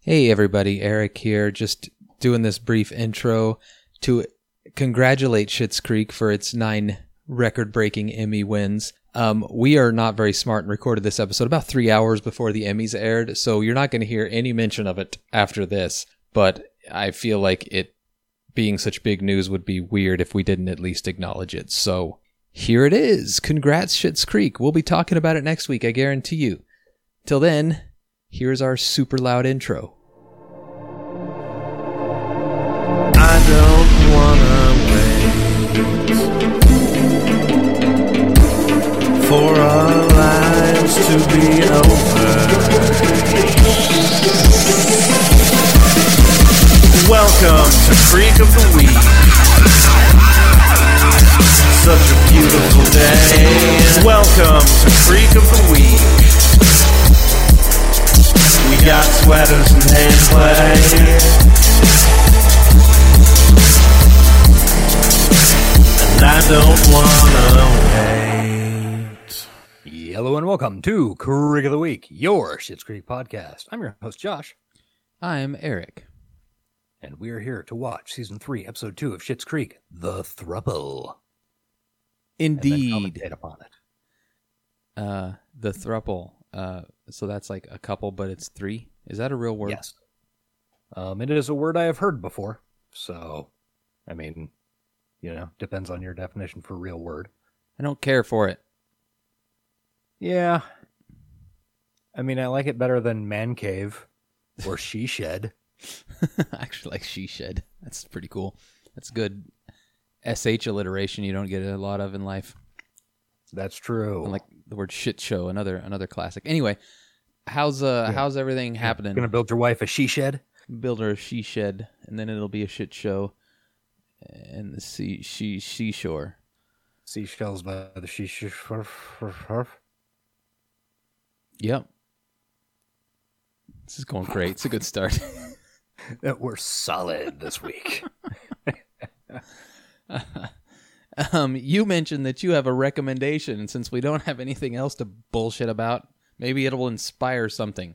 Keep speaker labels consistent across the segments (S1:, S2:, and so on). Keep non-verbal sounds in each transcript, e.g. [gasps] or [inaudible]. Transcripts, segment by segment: S1: Hey, everybody, Eric here, just doing this brief intro to congratulate Schitt's Creek for its nine record breaking Emmy wins. Um, we are not very smart and recorded this episode about three hours before the Emmys aired, so you're not going to hear any mention of it after this, but I feel like it being such big news would be weird if we didn't at least acknowledge it. So here it is. Congrats, Schitt's Creek. We'll be talking about it next week, I guarantee you. Till then, here's our super loud intro.
S2: I don't wanna wait for our lives to be over. Welcome to Freak of the Week. Such a beautiful day. Welcome to Freak of the Week. We got sweaters and hand plays. I don't wanna wait.
S3: Hello and welcome to Creek of the Week, your Shits Creek podcast. I'm your host Josh,
S1: I'm Eric.
S3: and we are here to watch season three, episode two of Shits Creek, The Thruple. and then
S1: Indeed.
S3: commentate upon it.
S1: Uh, the thruple. Uh, so that's like a couple, but it's three. Is that a real word?
S3: Yes, um, it is a word I have heard before. So, I mean, you know, depends on your definition for real word.
S1: I don't care for it. [laughs]
S3: Yeah, I mean, I like it better than man cave [laughs] or she shed.
S1: I actually like she shed. That's pretty cool. That's good sh alliteration you don't get a lot of in life.
S3: That's true.
S1: And like the word shit show, another another classic. Anyway, how's uh
S3: Yeah.
S1: how's everything happening?
S3: gonna build your wife a she shed.
S1: build her a she shed, and then it'll be a shit show, and the sea she seashore.
S3: Seashells by the she shed.
S1: Yep. This is going great. It's a good start.
S3: that we're solid this week.
S1: [laughs] um, you mentioned that you have a recommendation, and since we don't have anything else to bullshit about, maybe it'll inspire something.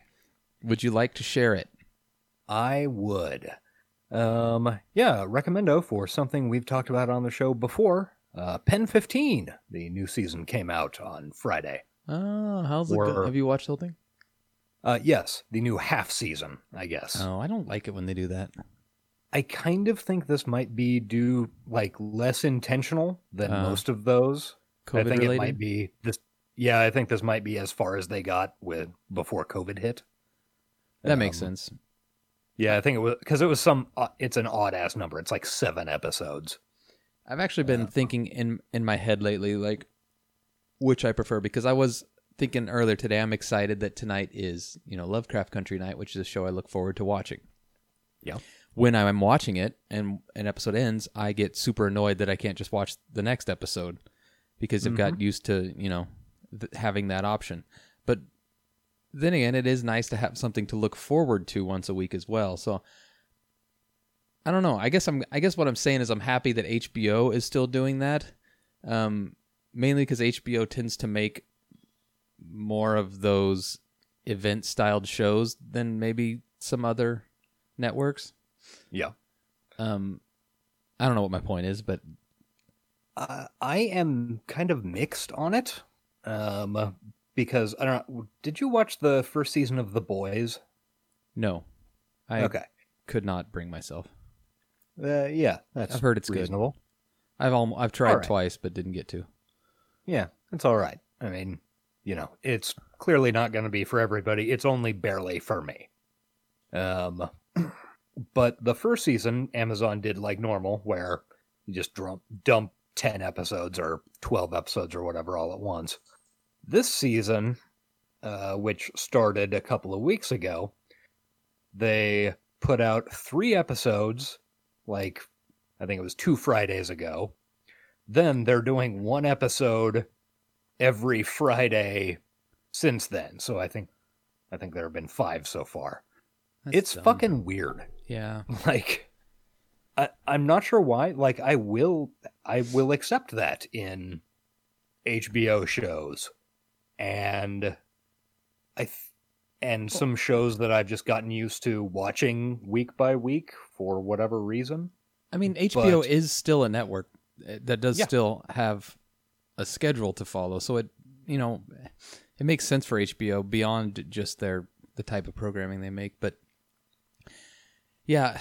S1: Would you like to share it?
S3: [laughs] I would. Um, yeah, recommendo for something we've talked about on the show before. Uh, Pen 15, the new season came out on Friday.
S1: Oh, how's it? go-
S3: Or-
S1: Have you watched the whole thing?
S3: Uh, yes, the new half season, I guess.
S1: Oh, I don't like it when they do that.
S3: I kind of think this might be due like less intentional than
S1: Uh,
S3: most of those. I
S1: COVID
S3: think
S1: related.
S3: it might be this. Yeah, I think this might be as far as they got with before COVID hit.
S1: that makes
S3: Um,
S1: sense.
S3: Yeah, I think it was because it was some. Uh, it's an odd ass number. It's like seven episodes.
S1: I've actually been
S3: Uh,
S1: thinking in in my head lately, like which I prefer, because I was thinking earlier today. I'm excited that tonight is you know Lovecraft Country night, which is a show I look forward to watching.
S3: Yeah.
S1: When I'm watching it and an episode ends, I get super annoyed that I can't just watch the next episode because I've got used to you know th- having that option. But then again, it is nice to have something to look forward to once a week as well. So I don't know. I guess I'm. I guess what I'm saying is I'm happy that HBO is still doing that, um, mainly because HBO tends to make more of those event-styled shows than maybe some other networks.
S3: Yeah.
S1: Um, I don't know what my point is, but
S3: Uh, I am kind of mixed on it um, because I don't know. Did you watch the first season of The Boys?
S1: no, I
S3: okay.
S1: could not bring myself.
S3: Uh, yeah, that's
S1: I've heard it's good.
S3: reasonable.
S1: I've alm- I've tried
S3: All right.
S1: twice but didn't get to.
S3: Yeah, it's all right. I mean, you know, it's clearly not going to be for everybody. It's only barely for me. Um, [clears throat] but the first season, Amazon did like normal, where you just dump dump ten episodes or twelve episodes or whatever all at once. This season, uh, which started a couple of weeks ago, they put out three episodes. Like, I think it was two Fridays ago then they're doing one episode every Friday since then. So I think I think there have been five so far.
S1: That's
S3: it's
S1: dumb.
S3: fucking weird. [laughs]
S1: yeah.
S3: Like I, I'm not sure why. Like I will I will accept that in HBO shows. And I th- and some shows that I've just gotten used to watching week by week for whatever reason.
S1: I mean, HBO
S3: But-
S1: is still a network uh, that does
S3: Yeah.
S1: still have a schedule to follow. So it, you know, it makes sense for HBO beyond just their the type of programming they make, but yeah.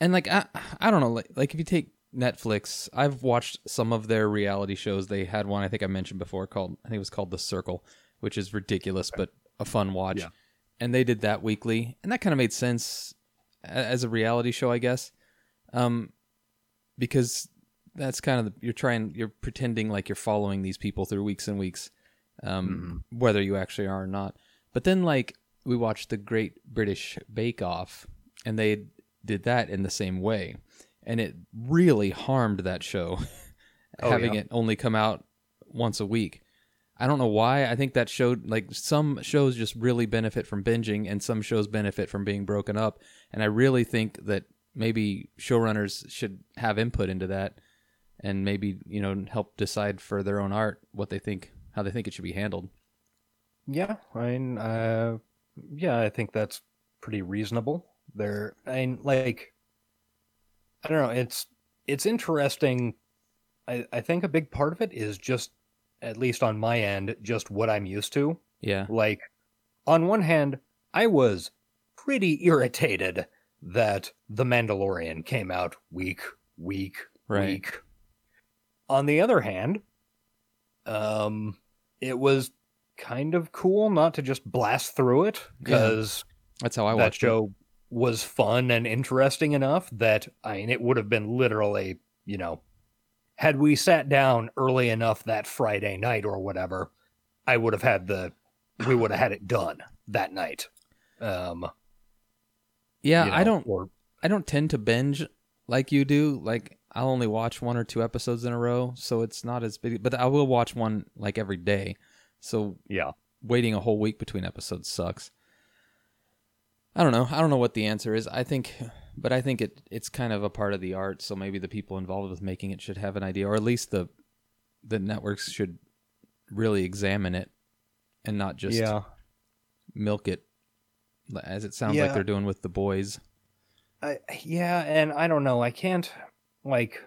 S1: And like I I don't know, like, like if you take Netflix, I've watched some of their reality shows. They had one I think I mentioned before called I think it was called The Circle, which is ridiculous but a fun watch.
S3: Yeah.
S1: And they did that weekly, and that kind of made sense a- as a reality show, I guess, um, because that's kind of the, you're trying you're pretending like you're following these people through weeks and weeks, um, whether you actually are or not. But then like we watched the Great British Bake Off, and they did that in the same way, and it really harmed that show, [laughs]
S3: Oh,
S1: having
S3: yeah.
S1: it only come out once a week. I don't know why. I think that showed like some shows just really benefit from binging and some shows benefit from being broken up. And I really think that maybe showrunners should have input into that and maybe, you know, help decide for their own art what they think how they think it should be handled.
S3: Yeah, I mean, uh, yeah, I think that's pretty reasonable. There, I mean, like, I don't know. It's it's interesting. I I think a big part of it is just, at least on my end, just what I'm used to.
S1: Yeah.
S3: Like, on one hand, I was pretty irritated that The Mandalorian came out week, week,
S1: Right.
S3: week. On the other hand, um, it was kind of cool not to just blast through it because
S1: That's how I
S3: that
S1: watched it.
S3: show was fun and interesting enough that I mean, it would have been literally, you know, had we sat down early enough that Friday night or whatever, I would have had the, we would have had it done that night. Um,
S1: Yeah,
S3: you
S1: I
S3: know,
S1: don't
S3: or-
S1: I don't tend to binge like you do. Like I'll only watch one or two episodes in a row, so it's not as big but I will watch one like every day. So
S3: yeah.
S1: waiting a whole week between episodes sucks. I don't know. I don't know what the answer is. I think, but I think it it's kind of a part of the art. So maybe the people involved with making it should have an idea, or at least the the networks should really examine it and not just
S3: yeah.
S1: milk it, as it sounds
S3: Yeah.
S1: like they're doing with the boys.
S3: I, yeah, and I don't know. I can't like.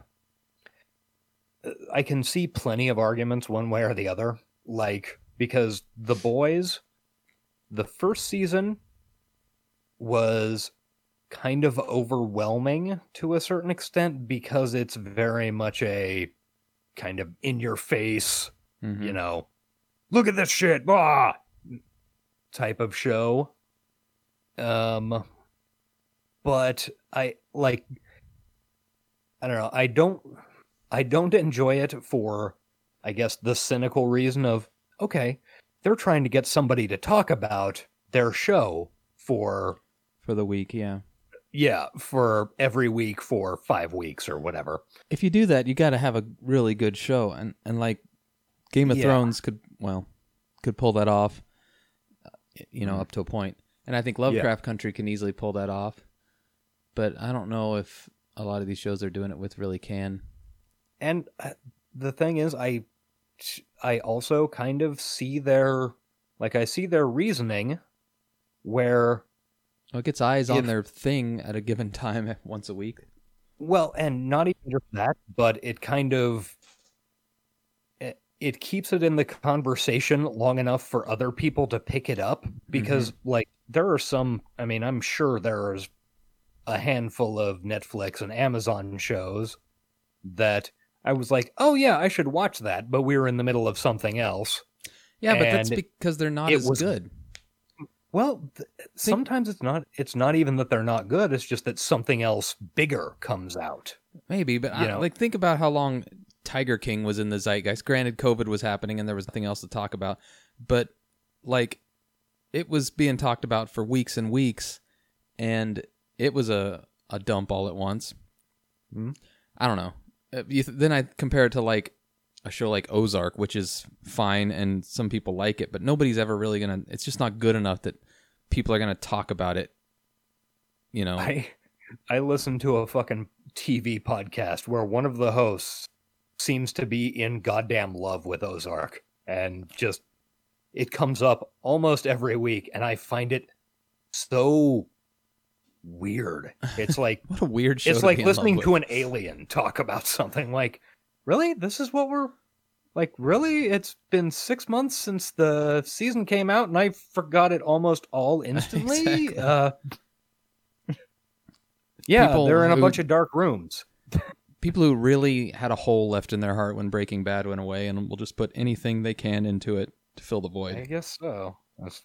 S3: uh, I can see plenty of arguments one way or the other, like because the boys, the first season was kind of overwhelming to a certain extent because it's very much a kind of in your face
S1: Mhm.
S3: you know, look at this shit, blah, type of show. Um, but I like, I don't know, I don't, I don't enjoy it for, I guess, the cynical reason of, okay, they're trying to get somebody to talk about their show for,
S1: for the week. Yeah.
S3: yeah, for every week for five weeks or whatever.
S1: If you do that, you got to have a really good show, and and like Game of
S3: Yeah.
S1: Thrones could well could pull that off, uh, you
S3: Mm.
S1: know, up to a point. And I think Lovecraft Country can easily pull that off, but I don't know if a lot of these shows they're doing it with really can.
S3: and uh, the thing is i i also kind of see their like i see their reasoning where
S1: Well, Oh, it gets eyes on
S3: If-
S1: their thing at a given [laughs] time once a week.
S3: well and not even just that but it kind of it, it keeps it in the conversation long enough for other people to pick it up because like there are some i mean i'm sure there's a handful of netflix and amazon shows that i was like oh yeah i should watch that but we were in the middle of something else
S1: Yeah, but that's
S3: And
S1: because they're not
S3: it
S1: as
S3: was-
S1: good.
S3: Well, th- sometimes it's not it's not even that they're not good, it's just that something else bigger comes out.
S1: Maybe, but
S3: You
S1: I,
S3: know?
S1: like think about how long Tiger King was in the zeitgeist. Granted, COVID was happening and there was nothing else to talk about, but like it was being talked about for weeks and weeks, and it was a a dump all at once.
S3: Hmm.
S1: I don't know. Uh, you th- then I compare it to like a show like Ozark, which is fine and some people like it, but nobody's ever really gonna. It's just not good enough that people are gonna talk about it. You know,
S3: I I listened to a fucking TV podcast where one of the hosts seems to be in goddamn love with Ozark and just It comes up almost every week, and I find it so weird. It's like
S1: What a weird show.
S3: it's
S1: to
S3: like
S1: be in love
S3: listening
S1: with.
S3: to an alien talk about something like really this is what we're like really it's been six months since the season came out and i forgot it almost
S1: [laughs]
S3: all instantly
S1: Exactly.
S3: uh yeah
S1: People
S3: they're in a
S1: who-
S3: bunch of dark rooms
S1: people who really had a hole left in their heart when Breaking Bad went away, and will just put anything they can into it to fill the void.
S3: i guess so That's-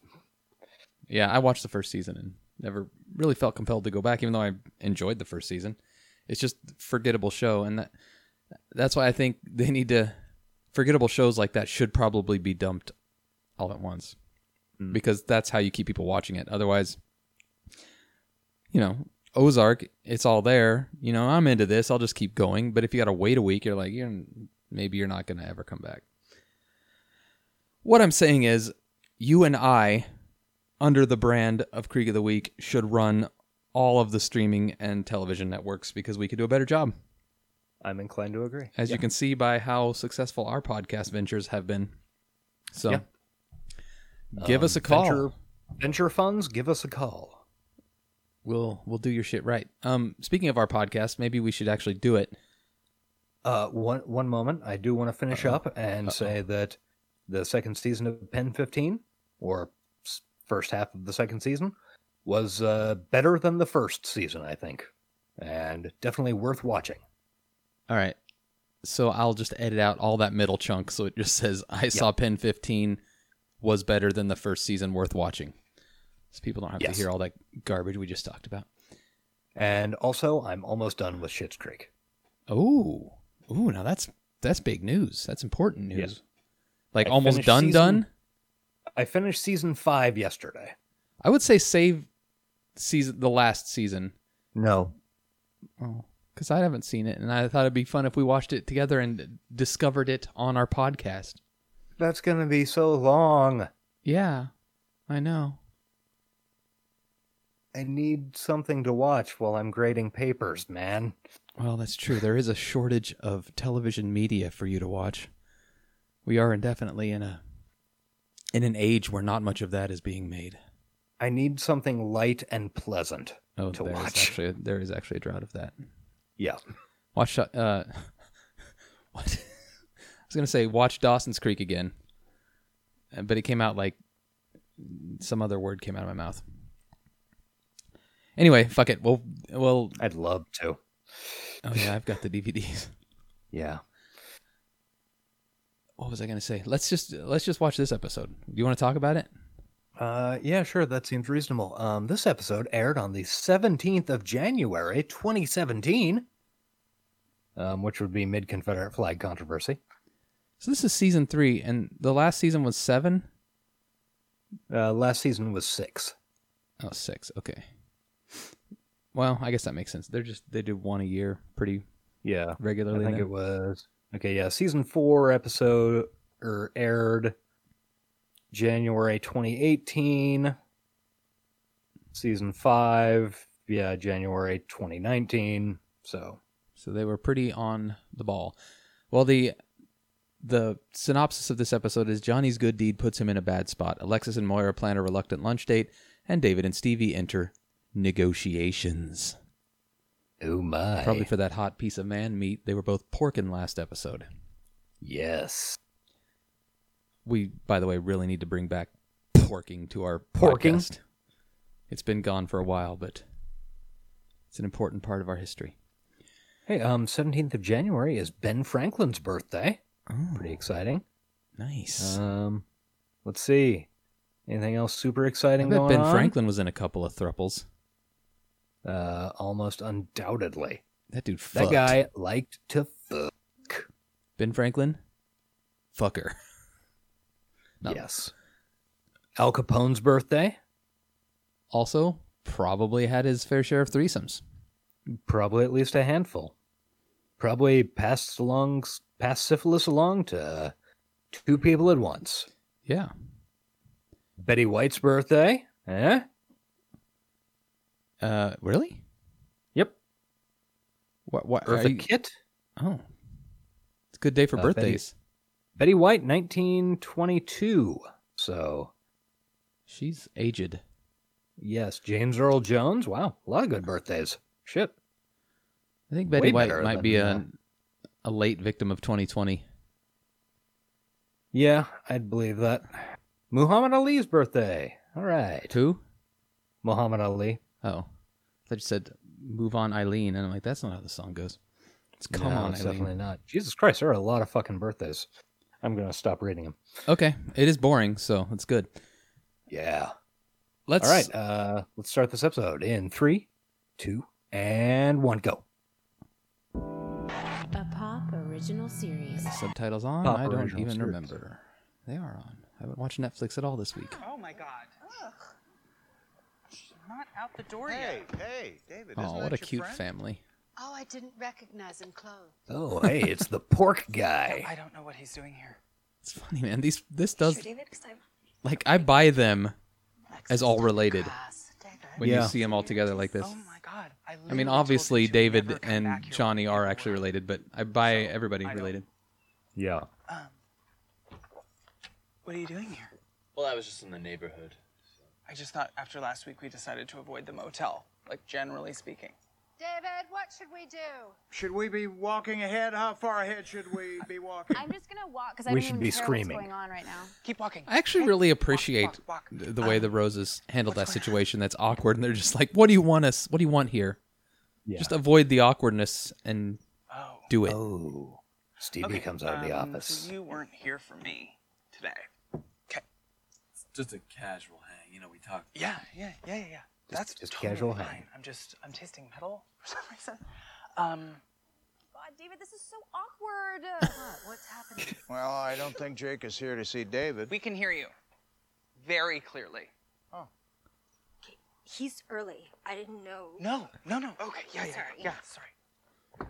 S1: Yeah, I watched the first season and never really felt compelled to go back, even though I enjoyed the first season. It's just a forgettable show, and that that's why I think they need to forgettable shows like that should probably be dumped all at once
S3: Hmm.
S1: because that's how you keep people watching it. Otherwise, you know, Ozark, it's all there. You know, I'm into this. I'll just keep going. But if you got to wait a week, you're like, you're maybe you're not going to ever come back. What I'm saying is, you and I, under the brand of Creek of the Week, should run all of the streaming and television networks because we could do a better job.
S3: i'm inclined to agree
S1: As you can see by how successful our podcast ventures have been. So
S3: Yeah.
S1: give us
S3: Um,
S1: a call.
S3: venture, venture funds give us a call
S1: We'll we'll do your shit right. Um speaking of our podcast, maybe we should actually do it.
S3: Uh, one one moment, I do want to finish
S1: Uh-oh.
S3: up and
S1: Uh-oh.
S3: say that the second season of Pen Fifteen, or s- first half of the second season, was uh, better than the first season, I think, and definitely worth watching.
S1: All right. So I'll just edit out all that middle chunk so it just says I saw Pen 15 was better than the first season worth watching. So people don't have
S3: Yes.
S1: to hear all that garbage we just talked about.
S3: And also, I'm almost done with Shit's Creek.
S1: Oh. Ooh, now that's that's big news. That's important news.
S3: Yes.
S1: Like
S3: I
S1: almost
S3: finished
S1: done
S3: season-
S1: done.
S3: I finished season five yesterday.
S1: I would say save season the last season.
S3: No,
S1: Oh, because I haven't seen it, and I thought it'd be fun if we watched it together and discovered it on our podcast.
S3: that's gonna be so long.
S1: Yeah, I know.
S3: I need something to watch while I'm grading papers, man.
S1: Well, that's true. There is a shortage of television media for you to watch. We are indefinitely in a in an age where not much of that is being made.
S3: I need something light and pleasant.
S1: Oh,
S3: To
S1: there is
S3: watch.
S1: actually there is actually a drought of that.
S3: Yeah.
S1: Watch uh, [laughs] what? I was gonna say watch Dawson's Creek again, Uh, but it came out like some other word came out of my mouth. Anyway, fuck it. Well, well.
S3: I'd love to.
S1: Oh yeah, I've got the DVDs.
S3: Yeah.
S1: What was I gonna say? Let's just let's just watch this episode. Do you want to talk about it?
S3: Uh, yeah, sure. That seems reasonable. Um, this episode aired on the 17th of January, 2017, um, which would be mid Confederate flag controversy.
S1: So this is season three, and the last season was seven.
S3: Uh, last season was six.
S1: Oh, six. Okay. Well, I guess that makes sense. They're just they do one a year pretty
S3: Yeah. I
S1: regularly.
S3: think
S1: now.
S3: it was. Okay, yeah. Season four episode er, aired January 2018. Season five, yeah, January 2019. So,
S1: So they were pretty on the ball. Well, the the synopsis of this episode is Johnny's good deed puts him in a bad spot. Alexis and Moira plan a reluctant lunch date, and David and Stevie enter negotiations.
S3: oh my.
S1: Probably for that hot piece of man meat they were both porking last episode.
S3: Yes.
S1: We, by the way, really need to bring back porking to our
S3: Porking?
S1: podcast. It's been gone for a while, but it's an important part of our history.
S3: Hey, um, seventeenth of January is Ben Franklin's birthday.
S1: Oh,
S3: Pretty exciting.
S1: nice.
S3: Um, let's see. Anything else super exciting
S1: I bet
S3: going
S1: Ben
S3: on?
S1: Franklin was in a couple of thruples.
S3: Uh, almost undoubtedly.
S1: That dude
S3: That
S1: fucked.
S3: guy liked to fuck.
S1: Ben Franklin, fucker. No.
S3: Yes. Al Capone's birthday
S1: Also, probably had his fair share of threesomes.
S3: probably at least a handful. Probably passed along, passed syphilis along to two people at once.
S1: Yeah.
S3: Betty White's birthday, eh?
S1: Uh, really?
S3: Yep.
S1: What? What? are
S3: Bertha
S1: you-
S3: Kitt.
S1: oh, it's a good day for
S3: Uh, Betty-
S1: birthdays.
S3: Betty White, 1922. So,
S1: She's aged.
S3: yes, James Earl Jones. Wow, a lot of good birthdays. Shit.
S1: I think
S3: Way
S1: Betty White
S3: better
S1: might
S3: than,
S1: be
S3: uh,
S1: a, a late victim of 2020.
S3: Yeah, I'd believe that. Muhammad Ali's birthday. All right.
S1: Who?
S3: Muhammad Ali.
S1: Oh. I thought you said move on Eileen. And I'm like, that's not how the song goes. It's come
S3: No,
S1: on,
S3: it's
S1: Eileen.
S3: definitely not. Jesus Christ, there are a lot of fucking birthdays. I'm gonna stop reading them.
S1: Okay. It is boring, so it's good.
S3: Yeah.
S1: Let's
S3: All right. Uh, let's start this episode in three, two, and one. Go.
S4: A Pop Original Series.
S1: subtitles on.
S3: Pop
S1: I don't
S3: original
S1: even
S3: script.
S1: remember. They are on. I haven't watched Netflix at all this week.
S5: Oh my god. She's not out the door
S6: Hey,
S5: yet.
S6: hey, David.
S1: Oh,
S6: isn't
S1: what
S6: that
S1: a
S6: your
S1: cute
S6: friend?
S1: family.
S7: Oh, I didn't recognize him, Chloe.
S3: Oh, hey, it's the pork
S5: I
S3: guy.
S5: don't know what he's doing here.
S1: It's funny, man. These this does
S7: David, because I'm
S1: like I buy them as all related
S7: us, David.
S1: when you
S3: Yeah.
S1: see them all together like this.
S5: Oh my god. I,
S1: I
S5: literally
S1: mean,
S5: told
S1: obviously
S5: you to
S1: David
S5: never come
S1: and
S5: back here
S1: Johnny
S5: when
S1: are
S5: you
S1: actually
S5: were.
S1: related, but I buy everybody
S5: I don't-
S1: related.
S3: [laughs] Yeah.
S5: Um, what are you doing here?
S8: Well, I was just in the neighborhood.
S5: I just thought after last week we decided to avoid the motel, like generally speaking.
S7: David, what should we do?
S6: Should we be walking ahead? How far ahead should we be walking?
S9: [laughs] I'm just gonna walk because I
S3: We
S9: don't
S3: should
S9: even
S3: be
S9: care
S3: screaming.
S9: what's going on right now.
S5: Keep walking.
S1: I actually really appreciate
S5: walk, walk. Uh,
S1: th- the way the roses handled that situation. That's awkward, and they're just like, "What do you want us? What do you want here?
S3: Yeah.
S1: Just avoid the awkwardness and
S5: Oh.
S1: do it."
S3: Oh, Stevie
S5: okay,
S3: comes out of the
S5: um,
S3: office.
S5: So you weren't here for me today.
S8: It's just a casual hang. You know, we talked.
S5: Yeah, yeah, yeah, yeah. yeah. That's
S3: just
S5: totally
S3: casual
S5: fine.
S3: hang.
S5: I'm just I'm tasting metal [laughs] for some reason. Um,
S9: God, David, this is so [laughs] awkward.
S7: What? What's happening?
S6: Well, I don't think Jake is here to see David.
S5: we can hear you very clearly.
S7: He's early. I didn't know.
S5: No, no, no. Okay, yeah, yeah,
S7: Sorry.
S5: yeah.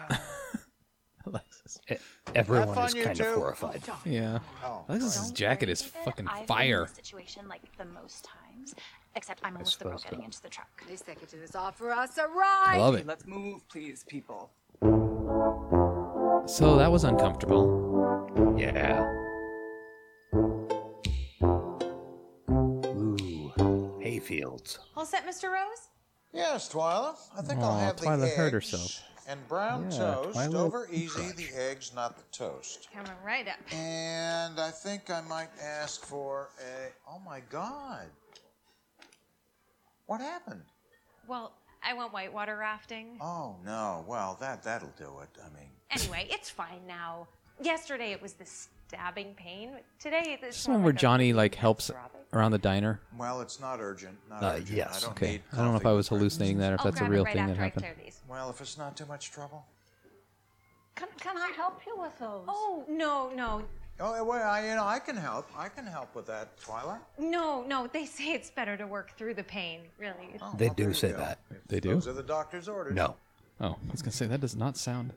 S5: Sorry.
S1: [laughs] Alexis.
S6: Have
S3: E-, Everyone
S6: fun,
S3: is
S6: you
S3: kind
S6: two.
S3: of horrified.
S1: Yeah,
S6: Oh,
S1: Alexis's
S9: Don't
S1: jacket
S9: worry,
S1: is
S9: David.
S1: fucking
S9: I've Been in
S1: fire.
S9: this situation like the most times, except I'm always the girl
S3: suppose
S9: getting
S3: so.
S9: into the truck.
S7: Least they could do is offer us a ride.
S1: I love
S5: Okay,
S1: it.
S5: let's move, please, people.
S1: So that was uncomfortable.
S3: Yeah. Ooh, hayfields.
S9: All set, Mr. Rose?
S6: Yes, Twyla. I think I'll
S1: Aw,
S6: have the
S1: Twyla
S6: eggs
S1: hurt herself.
S6: and brown
S3: Yeah,
S6: toast
S3: Twyla
S6: over
S3: can
S6: easy.
S3: crunch.
S6: The eggs, not the toast.
S9: Coming right up.
S6: And I think I might ask for a. Oh my God! What happened?
S9: Well, I went whitewater rafting.
S6: Oh no! Well, that that'll do it. I mean,
S9: Anyway, it's fine now. Yesterday it was this stabbing pain. Today it's
S1: This
S9: more
S1: one where
S9: like a
S1: Johnny like helps
S9: throbbing.
S1: around the diner.
S6: well, it's not urgent. Not
S3: Uh,
S6: urgent.
S3: yes,
S6: I don't
S1: Okay,
S6: need
S1: I don't know if I
S6: coffee
S1: was
S6: with breakfast.
S1: hallucinating that, or if
S9: I'll
S1: that's a
S9: grab it
S1: real
S9: right
S1: thing that
S9: after I
S1: happened.
S9: clear these.
S6: Well, if it's not too much trouble.
S7: Can, can I help you with those?
S9: Oh no, no,
S6: Oh well, I, you know, I can help. I can help with that, Twyla.
S9: no, no. They say it's better to work through the pain. Really,
S6: Oh,
S3: They
S6: well,
S3: do
S6: there you
S3: say
S6: go.
S3: that.
S1: They do.
S6: Those are the doctor's orders.
S3: No.
S1: Oh, I was gonna say that does not sound.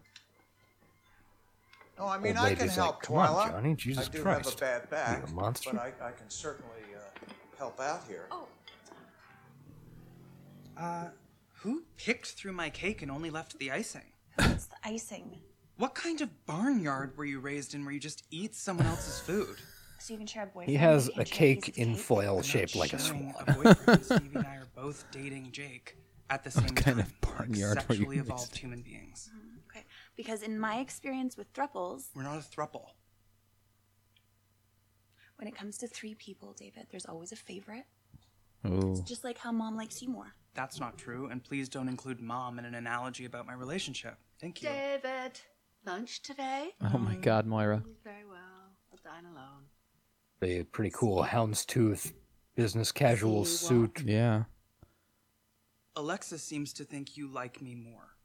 S6: No, I mean
S3: Old
S6: I can
S3: lady's like,
S6: help,
S3: "Come on,
S6: Twyla.
S3: Johnny, Jesus
S6: I do
S3: Christ.
S6: have a bad back,
S3: You're a monster."
S6: but I, I can certainly uh, help out here.
S5: Uh, who picked through my cake and only left the icing?
S9: it's the icing,
S5: What kind of barnyard were you raised in where you just eat someone else's food?
S9: so you can share a boyfriend.
S3: He has
S9: you can
S3: a
S9: share
S3: cake
S9: pieces of
S3: in
S9: cake.
S3: foil
S5: I'm not
S3: shaped like a
S5: sharing
S3: swan.
S5: a boyfriend. Stevie and I are both dating Jake at the same
S1: kind
S5: time.
S1: of barnyard
S5: like
S1: were you
S5: sexually
S1: raised?
S5: evolved human beings.
S9: Mm-hmm. Okay. Because in my experience with thruples,
S5: We're not a thruple.
S9: when it comes to three people, David, there's always a favorite.
S1: Oh,
S9: Just like how mom likes you more.
S5: That's not true, and please don't include mom in an analogy about my relationship. Thank you.
S7: David, lunch today?
S1: oh my God, Moira.
S7: Very well. I'll dine alone.
S3: The pretty cool houndstooth business casual
S7: See what?
S3: suit.
S1: Yeah.
S5: Alexa seems to think you like me more.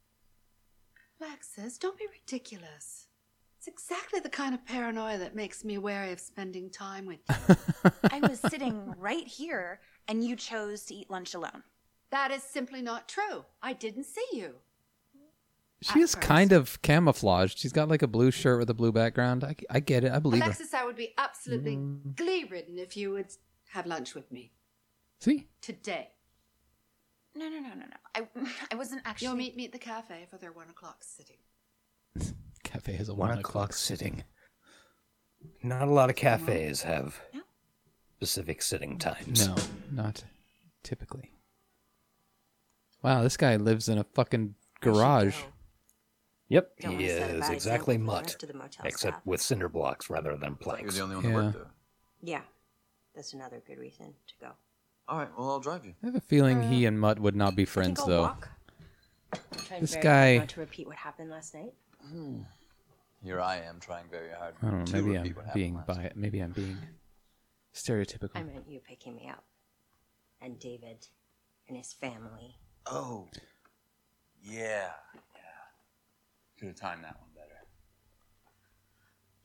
S7: Lexus, don't be ridiculous. It's exactly the kind of paranoia that makes me wary of spending time with you.
S9: I was sitting right here, and you chose to eat lunch alone.
S7: that is simply not true. I didn't see you.
S1: She
S7: At
S1: is kind of camouflaged. She's got like a blue shirt with a blue background. I, I get it. I believe her.
S7: Alexis, I would be absolutely
S3: Mm.
S7: glee ridden if you would have lunch with me
S1: See?
S7: today.
S9: No, no, no, no, no. I, I wasn't actually.
S7: You'll meet me at the cafe for their one o'clock sitting.
S1: Cafe has a
S3: One o'clock sitting. Not a lot of cafes have
S9: No,
S3: specific sitting times.
S1: No, not typically. Wow, this guy lives in a fucking garage.
S3: Yep,
S7: Don't
S3: he
S7: wanna set a
S3: is
S7: bad
S3: exactly
S7: example for the
S3: Mutt,
S7: rest of the motel
S3: except
S7: staff.
S3: with cinder blocks rather than
S6: You're
S3: planks.
S6: the only one that worked there.
S7: Yeah, that's another good reason to go.
S6: All right, well, I'll drive you.
S1: I have a feeling he
S10: Uh,
S1: and Mutt would not be friends,
S7: I'll
S1: though.
S7: walk. I'm trying
S1: This
S7: very
S1: guy-
S7: hard not to repeat what happened last night.
S6: Here I am trying very hard.
S1: I don't
S6: to
S1: know. Maybe
S6: repeat
S1: I'm
S6: what happened
S1: being
S6: last
S1: bi- Maybe I'm being stereotypical.
S7: I meant you picking me up, and David, and his family.
S6: Oh, yeah, yeah. Could have timed that one better.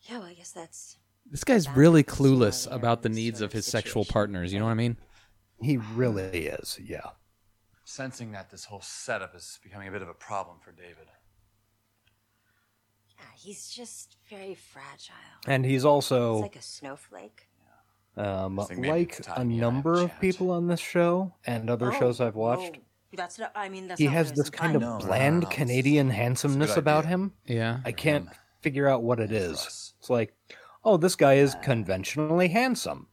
S7: Yeah, well, I guess that's
S1: This guy's really clueless about the needs of his sexual partners. You know what I mean?
S3: He really is, yeah.
S7: Oh.
S6: Sensing that this whole setup is becoming a bit of a problem for David.
S7: yeah. He's just very fragile.
S3: And he's also
S7: It's like a snowflake.
S3: um,
S6: I think maybe
S3: like
S6: it's
S3: a
S6: time he and I have a
S3: number of
S6: chat.
S3: people on this show and other
S7: Oh,
S3: shows I've watched.
S7: oh, that's not. I mean, that's
S3: he
S7: not what
S3: has
S7: I was
S3: this kind of
S7: implying.
S6: No, no,
S3: bland
S6: no, it's-
S3: Canadian
S6: it's
S3: handsomeness
S6: a good
S3: about
S6: idea.
S3: him.
S1: Yeah.
S3: I can't
S6: him.
S3: figure out what it
S6: And for
S3: is.
S6: us.
S3: It's like, oh, this guy is
S7: Uh,
S3: conventionally handsome.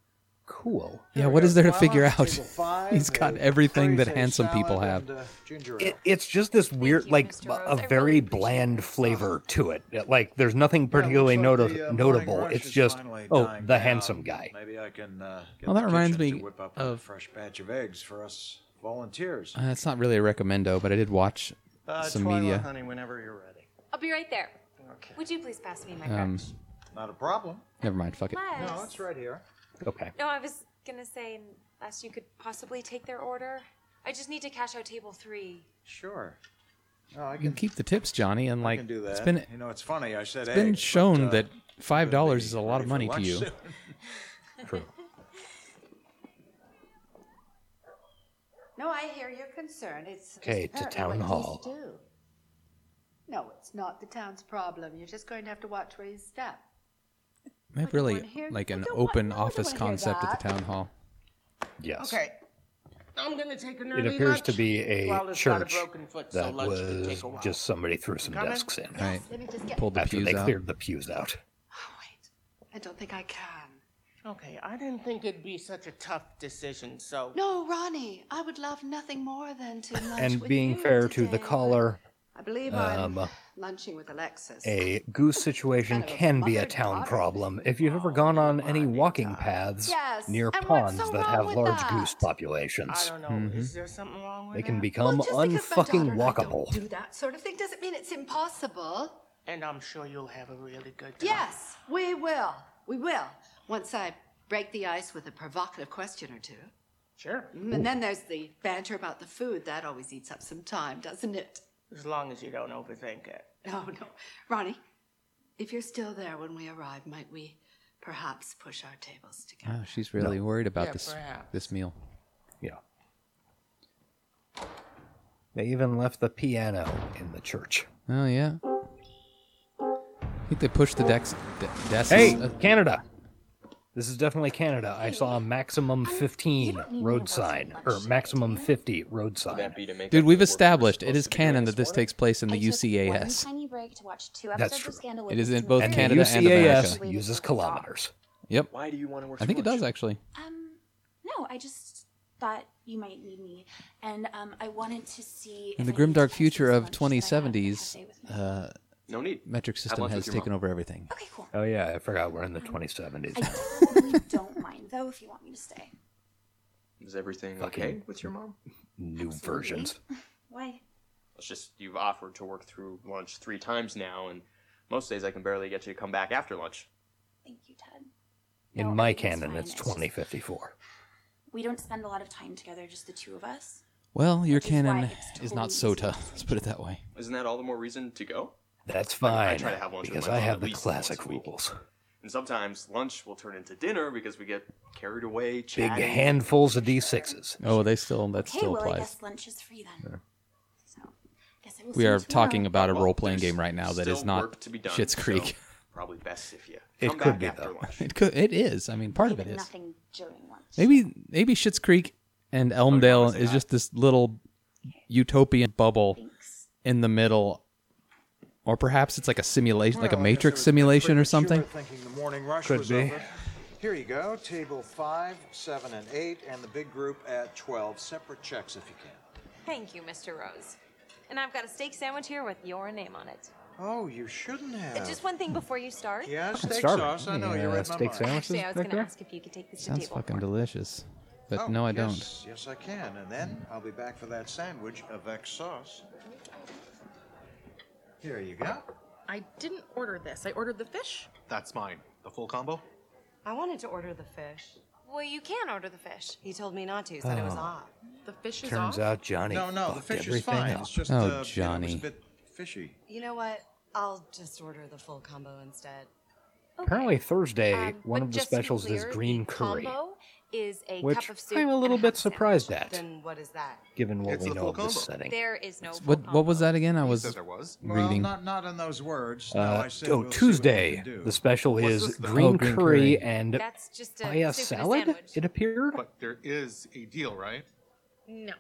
S3: Cool.
S1: yeah. What is there to figure out? [laughs] He's got everything that handsome people have.
S3: It, it's just this weird,
S9: you,
S3: like,
S9: Mr.
S3: b-
S9: Rose.
S3: a
S9: I really
S3: very
S9: appreciate
S3: bland flavor to it. It- Like, there's nothing particularly
S10: like
S3: noti-
S10: the, uh,
S3: notable.
S10: morning rush
S3: It's
S10: is
S3: just,
S10: finally
S3: oh,
S10: dying
S3: the
S10: down.
S3: handsome guy.
S10: Maybe I can. Uh, get
S1: Well,
S10: the
S1: that reminds
S10: kitchen
S1: me
S10: to whip up
S1: of-
S10: a fresh batch of eggs for us volunteers.
S1: Uh, it's not really a recommendo, but I did watch
S10: Uh,
S1: some media.
S10: honey, whenever you're ready.
S9: I'll be right there. Would you please pass me my
S1: Um,
S9: crutch?
S10: Not a problem.
S1: Never mind. Fuck it.
S9: Les.
S10: No, it's right here.
S3: Okay.
S9: No, I was gonna say, unless you could possibly take their order. I just need to cash out table three.
S10: Sure. No, I
S1: You can
S10: can,
S1: keep the tips, Johnny, and
S10: I
S1: like
S10: can do that.
S1: it's been
S10: you know, it's funny. I said
S1: it's been
S10: eggs,
S1: shown
S10: but, uh,
S1: that five dollars is a lot
S10: ready
S1: of
S10: for
S1: money to
S10: lunch
S1: you.
S10: soon.
S4: No, I hear your concern. It's it's
S3: Okay, to
S4: apparently
S3: town
S4: what he's
S3: hall.
S4: to do. No, it's not the town's problem. You're just going to have to watch where you step.
S1: I have
S4: don't
S1: really
S4: wanna hear-
S1: like
S4: I
S1: an
S4: don't wa-
S1: open
S4: no, I don't
S1: office
S4: wanna hear
S1: concept at
S4: that.
S1: the town hall.
S3: Yes.
S11: Okay. I'm gonna take an
S3: It
S11: early
S3: appears
S11: lunch.
S3: to be
S11: Well,
S3: a
S11: it's got a
S3: church
S11: broken foot, so
S3: that
S11: lunch could
S3: was
S11: take a while.
S3: just somebody threw some
S11: coming?
S3: desks in
S1: Right.
S4: Let me just get.
S1: Pulled the
S3: after
S1: pews
S3: they
S1: out.
S3: cleared the pews out.
S4: Oh wait, I don't think I can.
S11: Okay, I didn't think it'd be such a tough decision, so.
S4: No, Ronnie, I would love nothing more
S3: [laughs]
S4: than to lunch
S3: And
S4: with
S3: being
S4: you
S3: fair to the
S4: today,
S3: caller,
S4: but I believe
S3: um,
S4: I'm lunching with Alexis.
S3: a goose situation
S4: Kind of a
S3: can be a
S4: mother-daughter Oh,
S3: town problem if you've ever gone on any walking paths
S4: Yes,
S3: near
S4: and what's
S3: ponds
S4: so
S3: that
S4: wrong
S3: have
S4: with
S3: large
S4: that?
S3: goose
S11: I
S3: populations.
S11: don't know. Is
S1: Mm-hmm.
S11: there something wrong with
S3: They can
S11: that?
S3: become
S4: well, just because my
S3: unfucking
S4: daughter and I
S3: walkable.
S4: Don't do that sort of thing doesn't mean it's impossible.
S11: And I'm sure you'll have a really good time.
S4: Yes, we will. We will. Once I break the ice with a provocative question or two.
S11: Sure.
S4: And then there's the banter about the food. That always eats up some time, doesn't it?
S11: As long as you don't overthink it.
S4: Oh, no. Ronnie, if you're still there when we arrive, might we perhaps push our tables together?
S1: Wow, Oh, she's really worried about
S11: Yeah,
S1: this
S11: perhaps.
S1: this meal.
S3: Yeah. They even left the piano in the church.
S1: Oh yeah. I think they pushed the decks. De- desks.
S3: Hey,
S1: uh,
S3: Canada. This is definitely Canada. I saw a maximum 15 road sign, or maximum 50 road sign.
S1: dude, we've established it is canon that this takes place in the
S7: Took
S1: UCAS.
S7: one tiny break to watch two
S3: That's
S7: episodes
S3: true.
S7: of Scandal.
S1: It is in both
S3: And the
S1: Canada and America.
S3: UCAS uses kilometers.
S1: Yep,
S12: Why do you want to work?
S1: I
S12: so
S1: think it
S12: much?
S1: does actually.
S7: Um, no, I just thought you might need me, and um, I wanted to see.
S1: In the grimdark future of 2070s, uh,
S12: No need.
S1: metric
S12: Have
S1: system
S12: lunch
S1: has
S12: with your
S1: taken
S12: mom.
S1: over everything.
S7: Okay, cool.
S3: Oh, yeah, I forgot we're in the
S1: [laughs]
S3: 2070s.
S7: I totally don't mind though if you want me to stay.
S12: Is everything
S3: Fucking-
S12: okay with your mom?
S3: New versions.
S7: Why?
S13: It's just you've offered to work through lunch three times now, and most days I can barely get you to come back after lunch.
S7: Thank you, Ted.
S3: In
S7: No,
S3: my
S7: everything's
S3: canon,
S7: fine.
S3: it's
S7: It's just-
S3: 2054.
S7: We don't spend a lot of time together, just the two of us.
S1: Well, your
S7: Which is why
S1: canon
S7: it's
S1: is not
S7: totally
S1: Sota. [laughs] Let's put it that way.
S13: Isn't that all the more reason to go?
S3: That's
S13: I- I
S3: fine,
S13: try to have lunch with
S3: because
S13: my
S3: I
S13: mom
S3: have
S13: at
S3: the
S13: least once
S3: classic
S13: a week.
S3: rules.
S13: And sometimes lunch will turn into dinner because we get carried away,
S3: Big
S13: chatting.
S3: handfuls of D6s.
S1: Oh, they still that
S7: Okay,
S1: still
S7: well I
S1: applies.
S7: guess lunch is free then. So, guess I will see
S1: We
S7: you
S1: are
S7: tomorrow.
S1: talking about a
S13: Well,
S1: role playing
S13: there's
S1: game right now that
S13: still
S1: is not
S13: work to be done,
S1: Shit's
S13: so
S1: Creek.
S13: probably best if you
S3: It
S13: come
S3: could
S13: back
S3: be,
S13: after
S3: though.
S13: lunch.
S1: [laughs] It could, it is. I mean, part of it
S7: Even
S1: is.
S7: nothing during lunch.
S1: Maybe maybe Schitt's Creek
S6: Oh,
S1: and Elmdale
S13: honestly
S1: is
S13: not.
S1: just this little utopian bubble
S7: Thanks.
S1: in the middle, or perhaps it's like a simulation, like a Matrix simulation or something.
S10: Thinking the morning rush
S3: Could
S10: was
S3: be.
S10: over.
S6: Here you go. Table five, seven, and eight, and the big group at 12. Separate checks if you can.
S9: Thank you, Mr. Rose. And I've got a steak sandwich here with your name on it.
S6: Oh, you shouldn't have.
S9: Uh, Just one thing before you start.
S6: Yeah,
S14: I'm
S6: steak
S14: starving.
S6: sauce. I know
S14: Yeah,
S6: you read my
S14: steak
S6: mind.
S14: sandwiches
S9: Actually, I was
S14: back
S9: gonna
S14: there?
S9: ask if you could take this to
S14: Sounds
S9: table.
S14: fucking delicious, but
S6: Oh,
S14: no, I don't.
S6: yes, Yes, I can. And then I'll be back for that sandwich of X sauce. Here you go.
S15: I didn't order this. I ordered the fish.
S16: That's mine. The full combo?
S15: I wanted to order the fish.
S9: Well, you can order the fish.
S15: He told me not to.
S14: said it was Oh.
S15: off. The fish is off.
S14: Turns out Johnny
S6: No, no, the
S14: fucked
S6: fish is
S14: everything
S6: fine.
S14: up.
S6: It's just
S14: Oh,
S6: uh, you know,
S14: Johnny.
S6: it's a bit fishy.
S15: You know what? I'll just order the full combo instead.
S3: Apparently Thursday, one of the
S9: Um, just to be
S3: specials is
S9: clear,
S3: green
S9: the
S3: curry,
S9: Combo is a
S3: which
S9: cup of soup.
S3: I'm a little
S9: and half
S3: bit surprised
S9: sandwich.
S3: at,
S15: Then what is that?
S3: given what
S6: It's
S3: we
S6: the
S3: know
S6: full
S3: of this
S6: combo.
S3: setting.
S9: There is no. full
S5: Um,
S14: What what was that again? I was,
S6: said there was.
S14: reading.
S6: Well, not, not in those words. no,
S3: Uh,
S6: I said
S3: oh,
S6: we'll see what we
S3: Tuesday.
S6: can do.
S3: The special is
S6: this, though?
S3: green,
S6: Oh, green
S3: curry,
S6: curry.
S3: and
S9: That's just a
S3: papaya
S9: soup and a
S3: salad.
S9: sandwich.
S3: It appeared.
S16: But there is a deal, right?
S15: No.